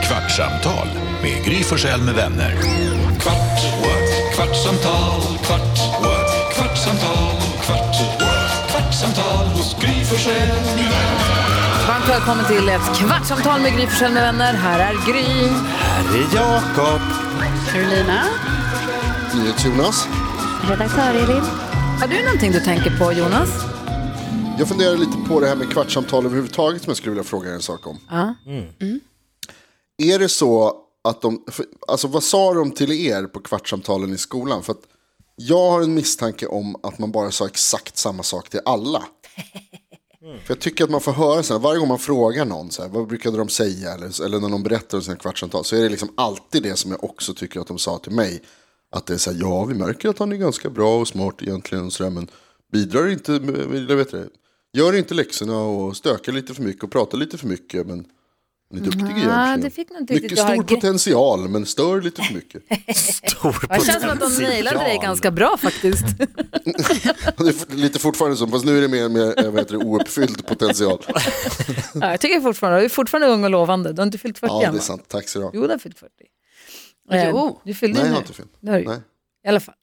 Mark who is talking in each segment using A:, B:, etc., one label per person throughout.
A: Kvartsamtal med Gry Forssell med vänner. Kvart, what? kvartsamtal, kvart, what? kvartsamtal, kvart, what? kvartsamtal hos Gry Forssell med vänner.
B: Varmt välkommen till ett kvartsamtal med Gry Forssell med vänner. Här är Gry.
C: Här är Jakob.
D: Carolina.
E: Jonas.
D: Redaktör Elin.
B: Har du någonting du tänker på, Jonas?
E: Jag funderar lite på det här med kvartssamtal överhuvudtaget som jag skulle vilja fråga er en sak om. Mm.
B: Ja.
E: Är det så att de, för, alltså vad sa de till er på kvartssamtalen i skolan? För att jag har en misstanke om att man bara sa exakt samma sak till alla. För jag tycker att man får höra så här, varje gång man frågar någon, så här, vad brukade de säga? Eller, eller när någon berättar om sina kvartssamtal, så är det liksom alltid det som jag också tycker att de sa till mig. Att det är så här, ja vi märker att han är ganska bra och smart egentligen, och så där, men bidrar inte, med- jag vet det, gör inte läxorna och stökar lite för mycket och pratar lite för mycket. Men han är duktig egentligen.
B: det fick nog inte riktigt
E: mycket
B: det här
E: stor
B: grepp-
E: potential, men stör lite för mycket.
C: Stor
B: Det känns som att de nailade dig ganska bra faktiskt.
E: Det är f- lite fortfarande så, fast nu är det mer, mer eh, vad heter det, ouppfylld potential.
B: Ja, jag tycker fortfarande, du är fortfarande ung och lovande. Du har inte fyllt 40
E: Ja,
B: än
E: det är
B: va?
E: sant. Tack så du ha.
B: Jo, du har fyllt 40. Eh,
D: Jo.
B: Du fyllde
E: Nej,
B: ju
E: jag har
B: nu.
E: inte fyllt.
B: Det har du ju.
E: Nej.
B: I alla fall.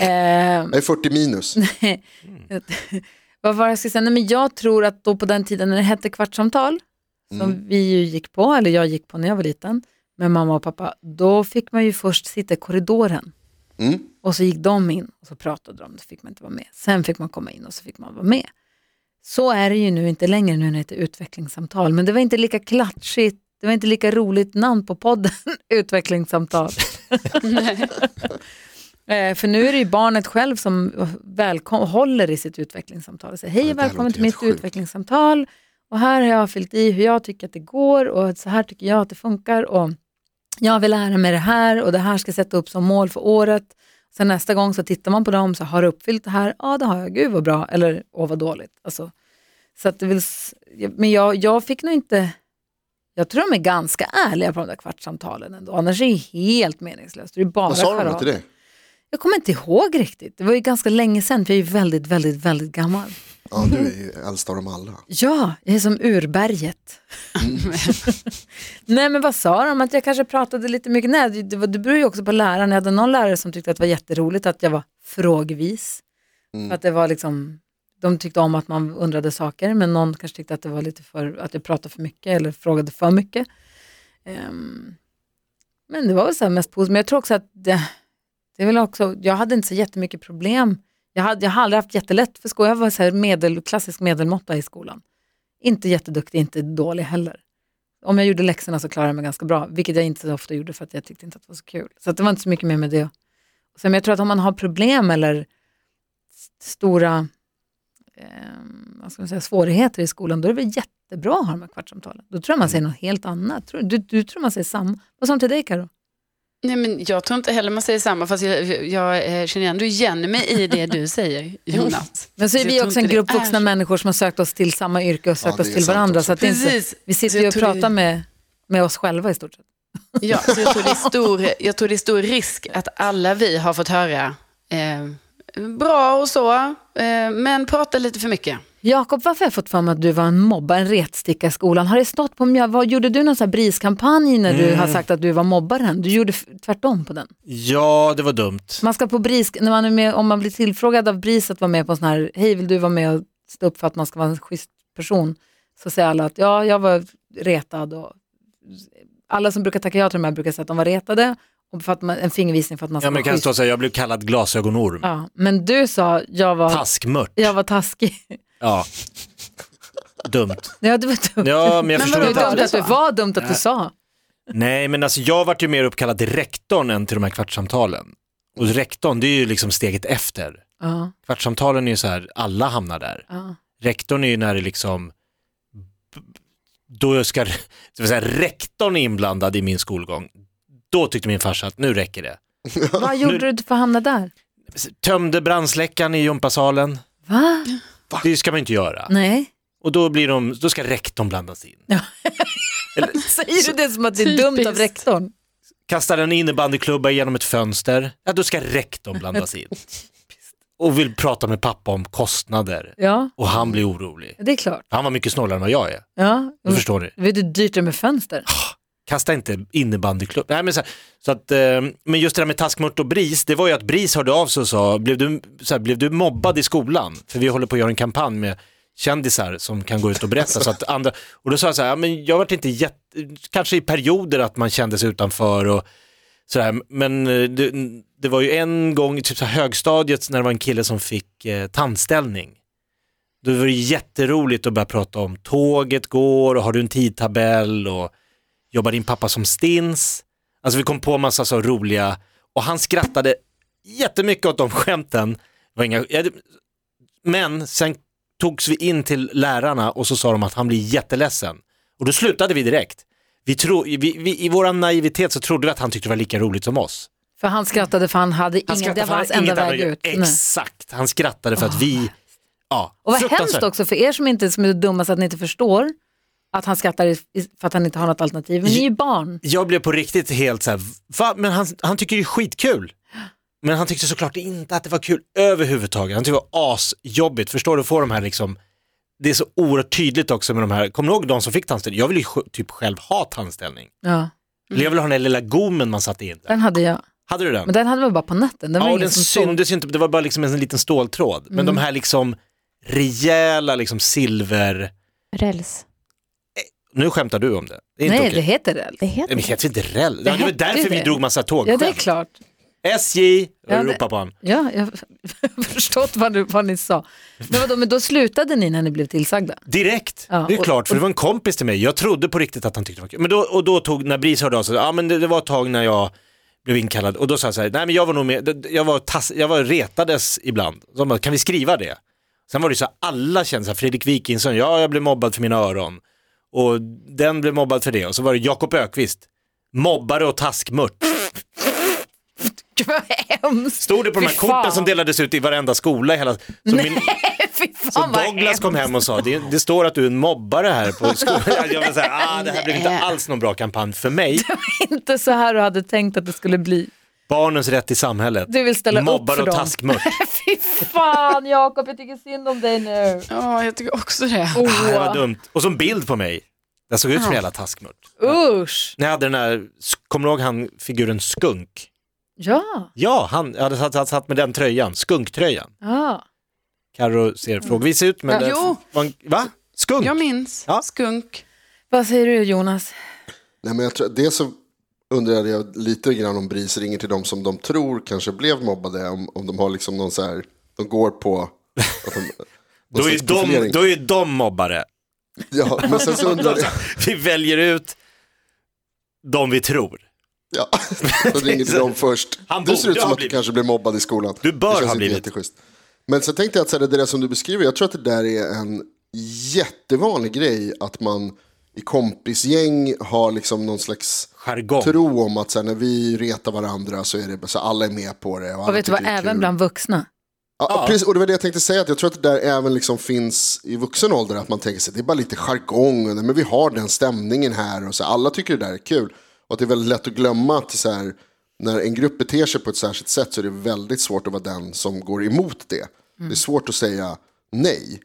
B: Eh,
E: Nej, 40 minus.
B: vad var det jag skulle säga? Nej, men jag tror att då på den tiden när det hette kvartssamtal,
E: Mm.
B: som vi ju gick på, eller jag gick på när jag var liten, med mamma och pappa, då fick man ju först sitta i korridoren.
E: Mm.
B: Och så gick de in och så pratade de, då fick man inte vara med. Sen fick man komma in och så fick man vara med. Så är det ju nu inte längre nu när det heter utvecklingssamtal, men det var inte lika klatschigt, det var inte lika roligt namn på podden, utvecklingssamtal. Eh, För nu är det ju barnet själv som välkom- håller i sitt utvecklingssamtal och säger hej
E: Ja,
B: och
E: det här
B: välkommen
E: låter
B: till mitt
E: helt sjukt.
B: utvecklingssamtal och här har jag fyllt i hur jag tycker att det går och så här tycker jag att det funkar och jag vill lära mig det här och det här ska jag sätta upp som mål för året. Sen nästa gång så tittar man på dem så har du uppfyllt det här? Ja, det har jag. Gud vad bra eller åh vad dåligt. Alltså, så att det vill, s- men jag, jag fick nog inte jag tror de är ganska ärliga på de där kvartssamtalen ändå, annars är det ju helt meningslöst. Det är ju bara
E: Vad sa de
B: charad.
E: då till dig?
B: Jag kommer inte ihåg riktigt. Det var ju ganska länge sedan, för jag är ju väldigt, väldigt, väldigt gammal.
E: Ja, du är ju äldst av dem alla.
B: Ja, jag är som urberget. Nej, men vad sa de? Att jag kanske pratade lite mycket? Nej, det, det, var- det beror ju också på läraren. Jag hade någon lärare som tyckte att det var jätteroligt att jag var frågvis. För att det var liksom, de tyckte om att man undrade saker, men någon kanske tyckte att det var lite för, att jag pratade för mycket eller frågade för mycket. Ehm, men det var väl så här mest positivt. Men jag tror också att det, det är väl också, jag hade inte så jättemycket problem. Jag, hade, jag har aldrig haft jättelätt för skolan. Jag var så här medel, klassisk medelmåtta i skolan. Inte jätteduktig, inte dålig heller. Om jag gjorde läxorna så klarade jag mig ganska bra, vilket jag inte så ofta gjorde för att jag tyckte inte att det var så kul. Så att det var inte så mycket mer med det. Sen, men jag tror att om man har problem eller s- stora ehm, vad ska man säga, svårigheter i skolan, då är det väl jättebra att ha de här kvartssamtalen. Då tror jag man säger något helt annat. Tror- Du, du tror man säger samma. Vad sa de till dig Karo?
D: Nej, men jag tror inte heller man säger samma, fast jag, jag eh, känner ändå igen mig i det du säger, Jonas.
B: Men så är
D: Jag
B: vi
D: tror
B: också en
D: inte det
B: grupp
D: är
B: vuxna
D: så.
B: människor som har sökt oss till samma yrke och sökt
E: det
B: oss
E: är
B: till
E: sant
B: varandra.
E: också.
B: Så att det är inte,
D: Precis.
B: vi
D: Så
B: sitter
D: jag
B: ju och
D: tror det-
B: pratar med, med oss själva i stort sett.
D: Ja, så jag tror, det är stor, jag tror det är stor risk att alla vi har fått höra eh, bra och så, eh, men prata lite för mycket.
B: Jakob, varför har jag fått för mig att du var en mobbare, en retsticka i skolan? Har det stått på mjöl? Vad gjorde du någon sån här briskampanj när du har sagt att du var mobbaren? Du gjorde f- tvärtom på den.
C: Ja, det var dumt.
B: Man ska på bris, när man är med, om man blir tillfrågad av bris att vara med på en sån här, hej vill du vara med och stå upp för att man ska vara en schysst person? Så säger alla att ja, jag var retad och alla som brukar tacka ja till de här brukar säga att de var retade och för att man, en fingervisning för att man ska
C: Ja, men
B: vara
C: det kan
B: schysst.
C: stå så här, jag blev kallad glasögonorm.
B: Ja, men du sa, jag var,
C: Taskmört.
B: jag var taskig.
C: Ja. Dumt.
B: Ja, det var dumt.
C: Ja, men jag
B: Det
C: förstår
B: var
C: inte.
B: dumt att du var dumt att du sa.
C: Nej, men alltså jag vart ju mer uppkallad till rektorn än till de här kvartssamtalen. Och rektorn, det är ju liksom steget efter.
B: Ja,
C: Kvartssamtalen är ju så här, alla hamnar där.
B: ja.
C: Rektorn är ju när det liksom, då ska, det vill säga rektorn är inblandad i min skolgång. Då tyckte min farsa att nu räcker det.
B: Vad gjorde du för att hamna där?
C: Tömde brandsläckaren i gympasalen.
B: Va?
C: Det ska man ju inte göra.
B: Nej.
C: Och då, blir de, då ska rektorn blandas in.
B: Säger du det som att det är dumt av
D: Typiskt.
B: rektorn?
C: Kastar en innebandyklubba genom ett fönster. Ja, då ska rektorn blandas in. Och vill prata med pappa om kostnader.
B: Ja,
C: Och han blir orolig.
B: det är klart.
C: Han var mycket snålare än vad jag är.
B: Ja.
C: Då förstår ni.
B: Vet du hur dyrt det är med fönster?
C: Kasta inte innebandyklubb. Nej, men, så här, så att, eh, men just det där med taskmört och BRIS, det var ju att BRIS hörde av sig och sa, blev du, så här, blev du mobbad i skolan? För vi håller på att göra en kampanj med kändisar som kan gå ut och berätta. så att andra, och då sa jag så här, ja, men jag varit inte jätte, kanske i perioder att man kände sig utanför och sådär, men eh, det, det var ju en gång i typ så här högstadiet när det var en kille som fick eh, tandställning. Då var det jätteroligt att börja prata om tåget går och har du en tidtabell och jobbar din pappa som stins? Alltså vi kom på massa så roliga och han skrattade jättemycket åt de skämten. Det var inga... ja, det- Men sen togs vi in till lärarna och så sa de att han blir jätteledsen. Och då slutade vi direkt. Vi tro... vi, vi, I vår naivitet så trodde vi att han tyckte det var lika roligt som oss.
B: För han skrattade för han hade
C: Han
B: ingen, det
C: skrattade för
B: var hans
C: han hade
B: enda väg
C: inget annat
B: ut.
C: att göra.
B: Nej.
C: Exakt, han skrattade för att vi... Ja,
B: Och vad
C: fruktansvärt.
B: hemskt också för er som inte som är så dumma så att ni inte förstår att han skrattar i- i- för att han inte har något alternativ. Men ni är ju barn.
C: jag blev på riktigt helt så här, va? Men han, han tycker det är skitkul. Men han tyckte såklart inte att det var kul överhuvudtaget. Han tyckte det var asjobbigt. Förstår du, få de här liksom, det är så oerhört tydligt också med de här, kommer du ihåg de som fick tandställning? Jag vill ju sj- typ själv ha tandställning.
B: Ja,
C: Eller jag vill ha den där lilla gommen man satte in. Där.
B: den hade jag.
C: Hade du den?
B: Mm. Men den hade man bara på natten. Den var
C: ja, och
B: ingen
C: den
B: som Mm. såg.
C: syndes ju inte, det var bara liksom en liten ståltråd. Men de här liksom rejäla liksom silver,
F: Räls.
C: nu skämtar du om det. Det är inte
B: Nej,
C: okej.
B: det heter räls.
F: Det
C: Nej,
F: heter
C: men
F: det.
C: heter inte räll. Det var
B: hette
C: därför vi
B: det.
C: drog massa tåg.
B: Ja, det är klart.
C: SJ,
B: Ja, det-
C: jag ropar på honom.
B: Ja, jag jag har förstått vad, du, vad ni sa. Men, vadå, men då slutade ni när ni blev tillsagda?
C: Direkt,
B: Ja,
C: det är
B: och-
C: klart, för det var en kompis till mig. Jag trodde på riktigt att han tyckte det var kul. Men då, och då tog, när Bris hörde av sig, ja men det, det var ett tag när jag blev inkallad och då sa jag så här, nej men jag var nog med, d- d- jag var, tass, jag var retades ibland. Så de bara, kan vi skriva det? Sen var det ju så här, alla kände så här, Fredrik Wikingsson, ja jag blev mobbad för mina öron. Och den blev mobbad för det. Och så var det Jakob Ökvist mobbare och taskmört.
B: Gud, vad hemskt!
C: Stod det på de här
B: Fy
C: korten
B: fan.
C: som delades ut i varenda skola i hela... Så min,
B: Fy fan
C: Så
B: vad
C: Douglas
B: hemskt.
C: kom hem och sa, det, det står att du är en mobbare här på skolan. Jag var så här, ah, det här blev inte alls någon bra kampanj för mig.
B: Inte så här du hade tänkt att det skulle bli.
C: Barnens rätt i samhället.
B: Du vill ställa upp
C: Mobbare
B: för
C: och
B: dem.
C: taskmört.
B: Fy fan Jakob, jag tycker synd om dig nu.
D: Ja, jag tycker också det.
B: Åh,
C: Det Ah, var dumt. Och som bild på mig. Jag såg ut som en jävla taskmört.
B: Usch!
C: När jag hade den här, kommer du ihåg han figuren Skunk?
B: Ja,
C: Ja, han jag hade satt, satt, satt med den tröjan, skunktröjan.
B: ja.
C: Karo ser frågvis ut men...
D: Ja.
C: det
D: Jo.
C: var en- va? Skunk?
D: Jag minns.
C: Ja.
D: Skunk.
B: Vad säger du Jonas?
E: Nej, men jag tror, dels så undrade jag lite grann om BRIS ringer till de som de tror kanske blev mobbade. Om, om de har liksom någon så här, de går på... Att de,
C: Då
E: någon
C: är, ju
E: slags
C: de,
E: profilering.
C: då är ju de mobbare.
E: Ja, men sen så undrade jag...
C: Vi väljer ut de vi tror.
E: Ja, så ringer till dem först.
C: Han
E: du ser
C: borde
E: ut som
C: ha
E: att
C: blivit.
E: du kanske blir mobbad i skolan.
C: Du bör
E: Det känns
C: ha
E: inte
C: blivit.
E: jätteschysst. Men sen tänkte jag att så här, det där som du beskriver, jag tror att det där är en jättevanlig grej att man i kompisgäng har liksom någon slags
C: Jargong.
E: tro om att så här, när vi retar varandra så är det så alla är med på det. Och, alla
B: Och vet du vad,
E: tycker det är
B: även
E: kul.
B: bland vuxna.
E: Ja, och precis, och det var det jag tänkte säga, att jag tror att det där även liksom finns i vuxen ålder, att man tänker sig det är bara lite jargong, och, nej, men vi har den stämningen här och så, alla tycker det där är kul. Och att det är väldigt lätt att glömma att så här, när en grupp beter sig på ett särskilt sätt så är det väldigt svårt att vara den som går emot det.
B: Mm.
E: Det är svårt att säga nej.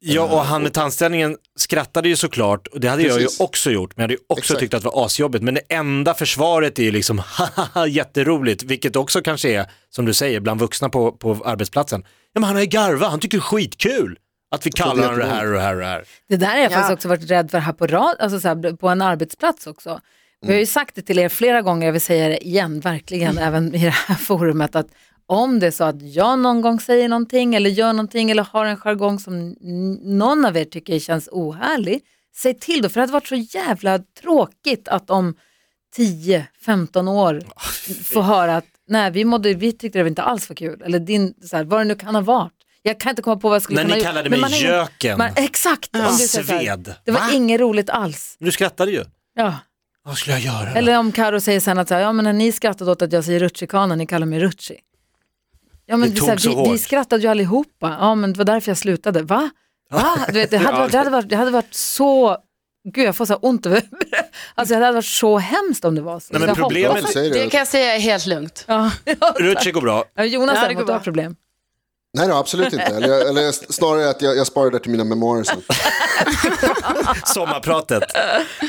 C: Ja, och han med tandställningen skrattade ju såklart, och det hade jag
E: Eh, Precis.
C: ju också gjort, men jag hade ju också
E: Exakt.
C: tyckt att det var asjobbigt. Men det enda försvaret är ju liksom, haha, jätteroligt, vilket också kanske är, som du säger, bland vuxna på, på arbetsplatsen. Ja, men han har ju garva, han tycker det är skitkul att vi kallar
E: det är
C: honom det här och det här och det här.
B: Det där har jag faktiskt också varit rädd för här på, rad, alltså så här, på en arbetsplats också. Vi har
C: Mm.
B: ju sagt det till er flera gånger, jag vill säga det igen, verkligen, även i det här forumet, att om det är så att jag någon gång säger någonting eller gör någonting eller har en jargong som n- någon av er tycker känns ohärlig, säg till då, för det hade varit så jävla tråkigt att om 10-15 år få höra att nej, vi, mådde, vi tyckte det inte alls var kul, eller din, så här, vad det nu kan ha varit. Jag kan inte komma på vad jag skulle
C: När
B: kunna ha
C: ni
B: gjort,
C: kallade
B: men
C: mig
B: man har ingen-
C: göken,
B: man, exakt. Om du säger så här,
C: sved.
B: det var
C: Va?
B: inget roligt alls.
C: Men du skrattade ju.
B: Ja.
C: Vad skulle jag göra? då?
B: Eller om Karo säger sen att så här, ja, men när ni skrattade åt att jag säger rutschkana, ni kallar mig rutschi. Ja, men
C: Det
B: det är så
C: tog så
B: här, vi, vi
C: hårt.
B: skrattade ju allihopa, ja, men det var därför jag slutade. Va? Va? Du vet, det, hade varit, det, hade varit, det hade varit så, gud jag får så här ont över Alltså det hade varit så hemsämt om det var så.
C: Nej, men
B: Så jag
C: problemet-
E: Du
B: hoppas-
E: säger
D: Det
E: det,
D: kan jag säga är helt lugnt.
B: Ja.
C: Rutschig går bra.
B: Ja, Jonas
D: Ja, det går
B: däremot har
D: bra.
B: problem.
E: Nej, då, absolut inte. Eller, jag- eller jag- snarare att jag, jag sparar det till mina memoarer sen.
C: Sommarpratet.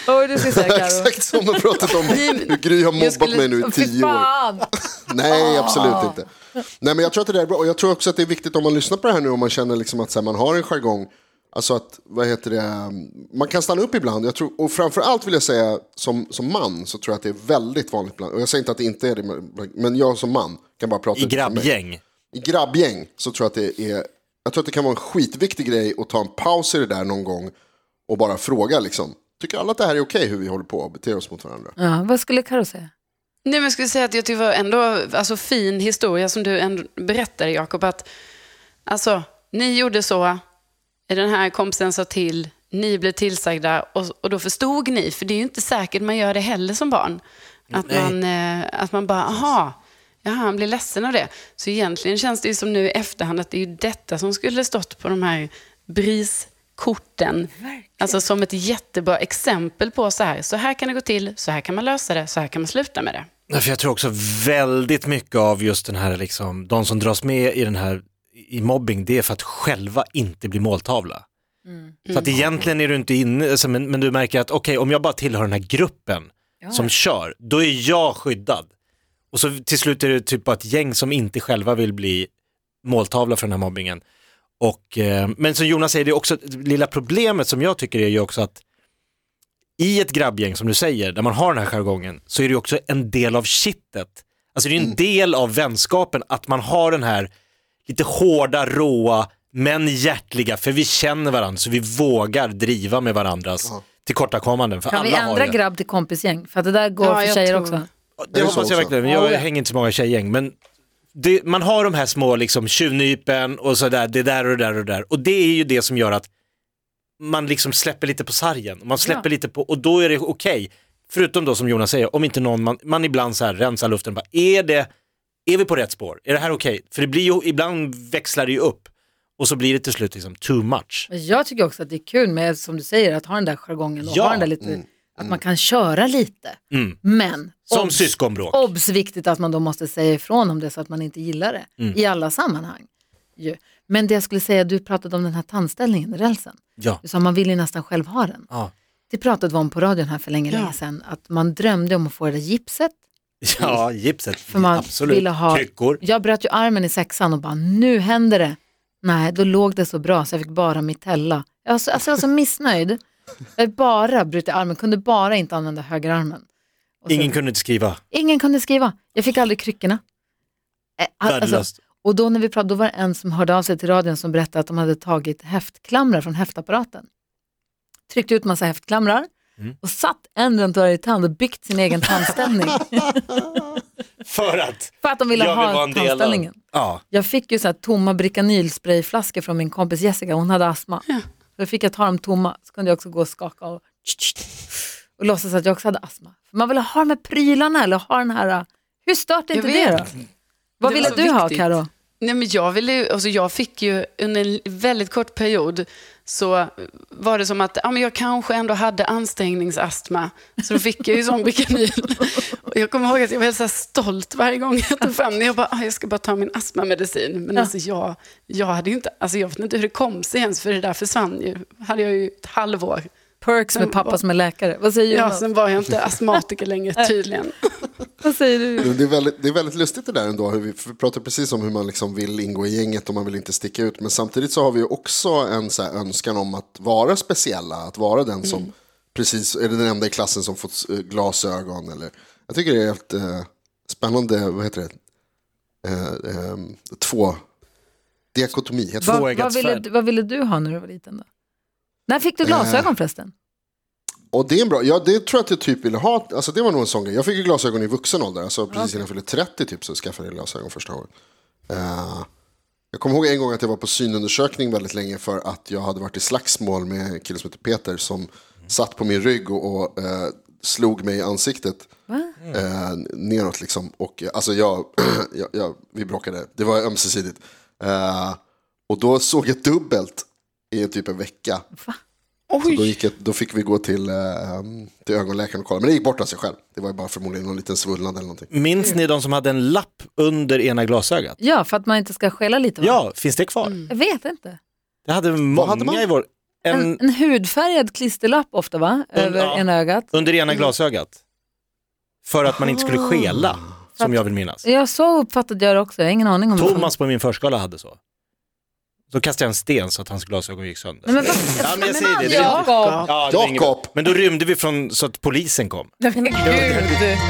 B: Oj, du ska säga Carro.
E: Exakt som jag pratat om
D: Nej,
E: hur Gry har mobbat
D: skulle-
E: mig nu i
B: Fy
E: tio år.
B: fan! Ah.
E: Nej, absolut inte. Nej, men jag tror att det där är bra. Och jag tror också att det är viktigt om man lyssnar på det här nu, om man känner liksom att så här, man har en jargong. Alltså att, vad heter det, um, man kan stanna upp ibland. Jag tror, och framför allt vill jag säga, som, som man så tror jag att det är väldigt vanligt bland, och jag säger inte att det inte är det, men- men jag som man kan bara prata
C: I
E: utifrån mig.
C: grabbgäng.
E: I grabbgäng så tror jag att det är, jag tror att det kan vara en skitviktig grej att ta en paus i det där någon gång och bara fråga liksom. Tycker alla att det här är okej hur vi håller på och beter oss mot varandra?
B: Ja, vad skulle Carro säga?
D: Nej, men jag skulle säga att jag tycker det var ändå alltså, fin historia som du ändå berättade, Jakob. Att, alltså, ni gjorde så, den här kompisen sa till, ni blev tillsagda och, och då förstod ni. För det är ju inte säkert man gör det heller som barn. Att, man, eh, att man bara, aha, jaha, han blir ledsen av det. Så egentligen känns det ju som nu i efterhand att det är ju detta som skulle stått på de här briskorten. Alltså som ett jättebra exempel på så här, så här kan det gå till, så här kan man lösa det, så här kan man sluta med det.
C: Nej, för jag tror också väldigt mycket av just den här, liksom, de som dras med i den här i mobbing, det är för att själva inte bli måltavla. Så att egentligen är du inte inne, alltså, men, men du märker att okej, om jag bara tillhör den här gruppen som kör, då är jag skyddad. Och så till slut är det typ bara ett gäng som inte själva vill bli måltavla för den här mobbingen. Och, eh, men som Jonas säger, det är också det lilla problemet som jag tycker är ju också att i ett grabbgäng som du säger, där man har den här jargongen, så är det ju också en del av kittet. Alltså det är ju en del av vänskapen att man har den här lite hårda, råa, men hjärtliga, för vi känner varandra så vi vågar driva med varandras tillkortakommanden. För
B: Kan
C: alla
B: vi
C: har
B: ändra
C: ju...
B: grabb till kompisgäng? För att det där går
D: Ja,
B: för
D: jag
B: tjejer
D: tror-
B: också.
C: Det
E: Är det
C: hoppas
E: så
C: jag
E: också?
C: verkligen. Jag
B: Ja.
C: hänger inte så många tjejgäng, men det, man har de här små liksom, tjuvnypen och sådär, det där och det där och det där. Och det är ju det som gör att man liksom släpper lite på sargen. Man släpper lite på, och då är det okej. Förutom då som Jonas säger, om inte någon, man, man ibland så här rensar luften, bara, är, det, är vi på rätt spår? Är det här okej? För det blir ju, ibland växlar det ju upp och så blir det till slut liksom too much.
B: Men Jag tycker också att det är kul med, som du säger, att ha den där jargongen och
C: Ja.
B: ha den där lite, att man kan köra lite.
C: Mm.
B: Men
C: Som
B: obs,
C: syskonbråk.
B: obs viktigt att man då måste säga ifrån om det är så att man inte gillar det
C: Mm.
B: i alla sammanhang. Ju. Men det jag skulle säga, du pratade om den här tandställningen, rälsen.
C: Ja.
B: Du sa man vill ju nästan själv ha den.
C: Ja.
B: Det pratade vi om på radion här för länge, länge sedan, att man drömde om att få det där gipset.
C: ja, gipset.
B: För man
C: Absolut.
B: ville ha-
C: Kryckor.
B: Jag bröt ju armen i sexan och bara, nu händer det. Nej, då låg det så bra så jag fick bara mitella. Jag var så, alltså jag var så missnöjd. Jag bara brutit armen, kunde bara inte använda högerarmen. Och så-
C: Ingen kunde inte skriva.
B: ingen kunde skriva, jag fick aldrig kryckorna. Eh, all-
C: Värdelöst.
B: och då när vi pratade, då var det en som hörde av sig till radion som berättade att de hade tagit häftklamrar från häftapparaten. Tryckte ut massa häftklamrar
C: Mm.
B: och satt en runt varje tand och byggt sin egen tandställning.
C: För att
B: för att de ville
C: jag vill
B: ha
C: vara en del av...
B: tandställningen.
C: Ja.
B: Jag fick ju så här tomma Bricanylsprayflaskor från min kompis Jessica, hon hade astma. Då fick jag ta dem tomma, så kunde jag också gå och skaka och, och låtsas att jag också hade astma. För man ville ha de här prylarna eller ha den här, uh, hur stört är
D: Jag
B: inte det då?
D: vet. Mm.
B: Vad
D: Det
B: ville
D: var
B: du
D: så
B: ha
D: viktigt.
B: Karo?
D: Nej, men jag, ville, ju- alltså jag fick ju under en väldigt kort period så var det som att ja, men jag kanske ändå hade ansträngningsastma. Så då fick jag ju sån Bricanyl. Och Jag kommer ihåg att jag var helt så här stolt varje gång jag tog fram den. Jag bara, ah, jag ska bara ta min astmamedicin. Men alltså jag, jag hade ju inte, alltså jag vet inte hur det kom sig ens, för det där försvann ju. hade jag ju ett halvår.
B: Perks med
D: Sen
B: pappa
D: var-
B: som är läkare. Vad säger,
D: Ja,
B: Jonas?
D: sen var jag inte astmatiker längre tydligen.
B: Vad säger du?
C: Mm.
E: Det är, väldigt, det är väldigt lustigt det där ändå, hur vi, för vi pratar precis om hur man liksom vill ingå i gänget och man vill inte sticka ut. Men samtidigt så har vi ju också en så här önskan om att vara speciella, att vara den som precis är den enda i klassen som fått eh, glasögon. Eller, jag tycker det är helt eh, spännande, vad heter det, eh, eh, två, diakotomi. Heter det.
B: Vad, vad,
C: Tvåeggat
B: ville,
C: svärd.
B: du- vad ville du ha när du var liten då? När fick
C: Mm.
B: du glasögon förresten?
E: Och det är en bra, ja, det tror jag att jag typ ville ha, alltså det var nog en sån grej. Jag fick ju glasögon i vuxen ålder, alltså precis innan jag fyllde 30 typ så skaffade jag glasögon första gången. Eh, jag kommer ihåg en gång att jag var på synundersökning väldigt länge för att jag hade varit i slagsmål med en kille som heter Peter som satt på min rygg och, och eh, slog mig i ansiktet. Eh, neråt liksom. Och eh, alltså jag, jag, jag, vi bråkade, det var ömsesidigt. Eh, och då såg jag dubbelt i typ en vecka. Så då,
D: Oj!
E: gick jag, då fick vi gå till, eh, till ögonläkaren och kolla. Men det gick bort av sig själv. Det var ju bara förmodligen någon liten svullnad eller någonting.
C: Minns ni de som hade en lapp under ena glasögat?
B: Ja, för att man inte ska skälla lite va?
C: Ja, finns det kvar?
B: Jag vet inte.
C: Det hade många
E: hade man?
C: i vår... En,
B: En, en hudfärgad klisterlapp ofta va?
C: En-
B: Över
C: ja.
B: ena ögat.
C: Under ena glasögat. För att man inte
B: Ah.
C: skulle skela, som jag vill minnas.
B: Jag så uppfattade jag det också, jag har ingen aning om
C: Thomas på min förskola hade så. Så kastade jag en sten så att hans glasögon gick sönder.
B: det. Nej, men vad...
C: ja, men jag säger det. det är...
B: Jakob!
C: ja, det var inget bra.
E: Jakob!
C: Men då rymde vi från så att polisen kom.
B: Nej, men gud,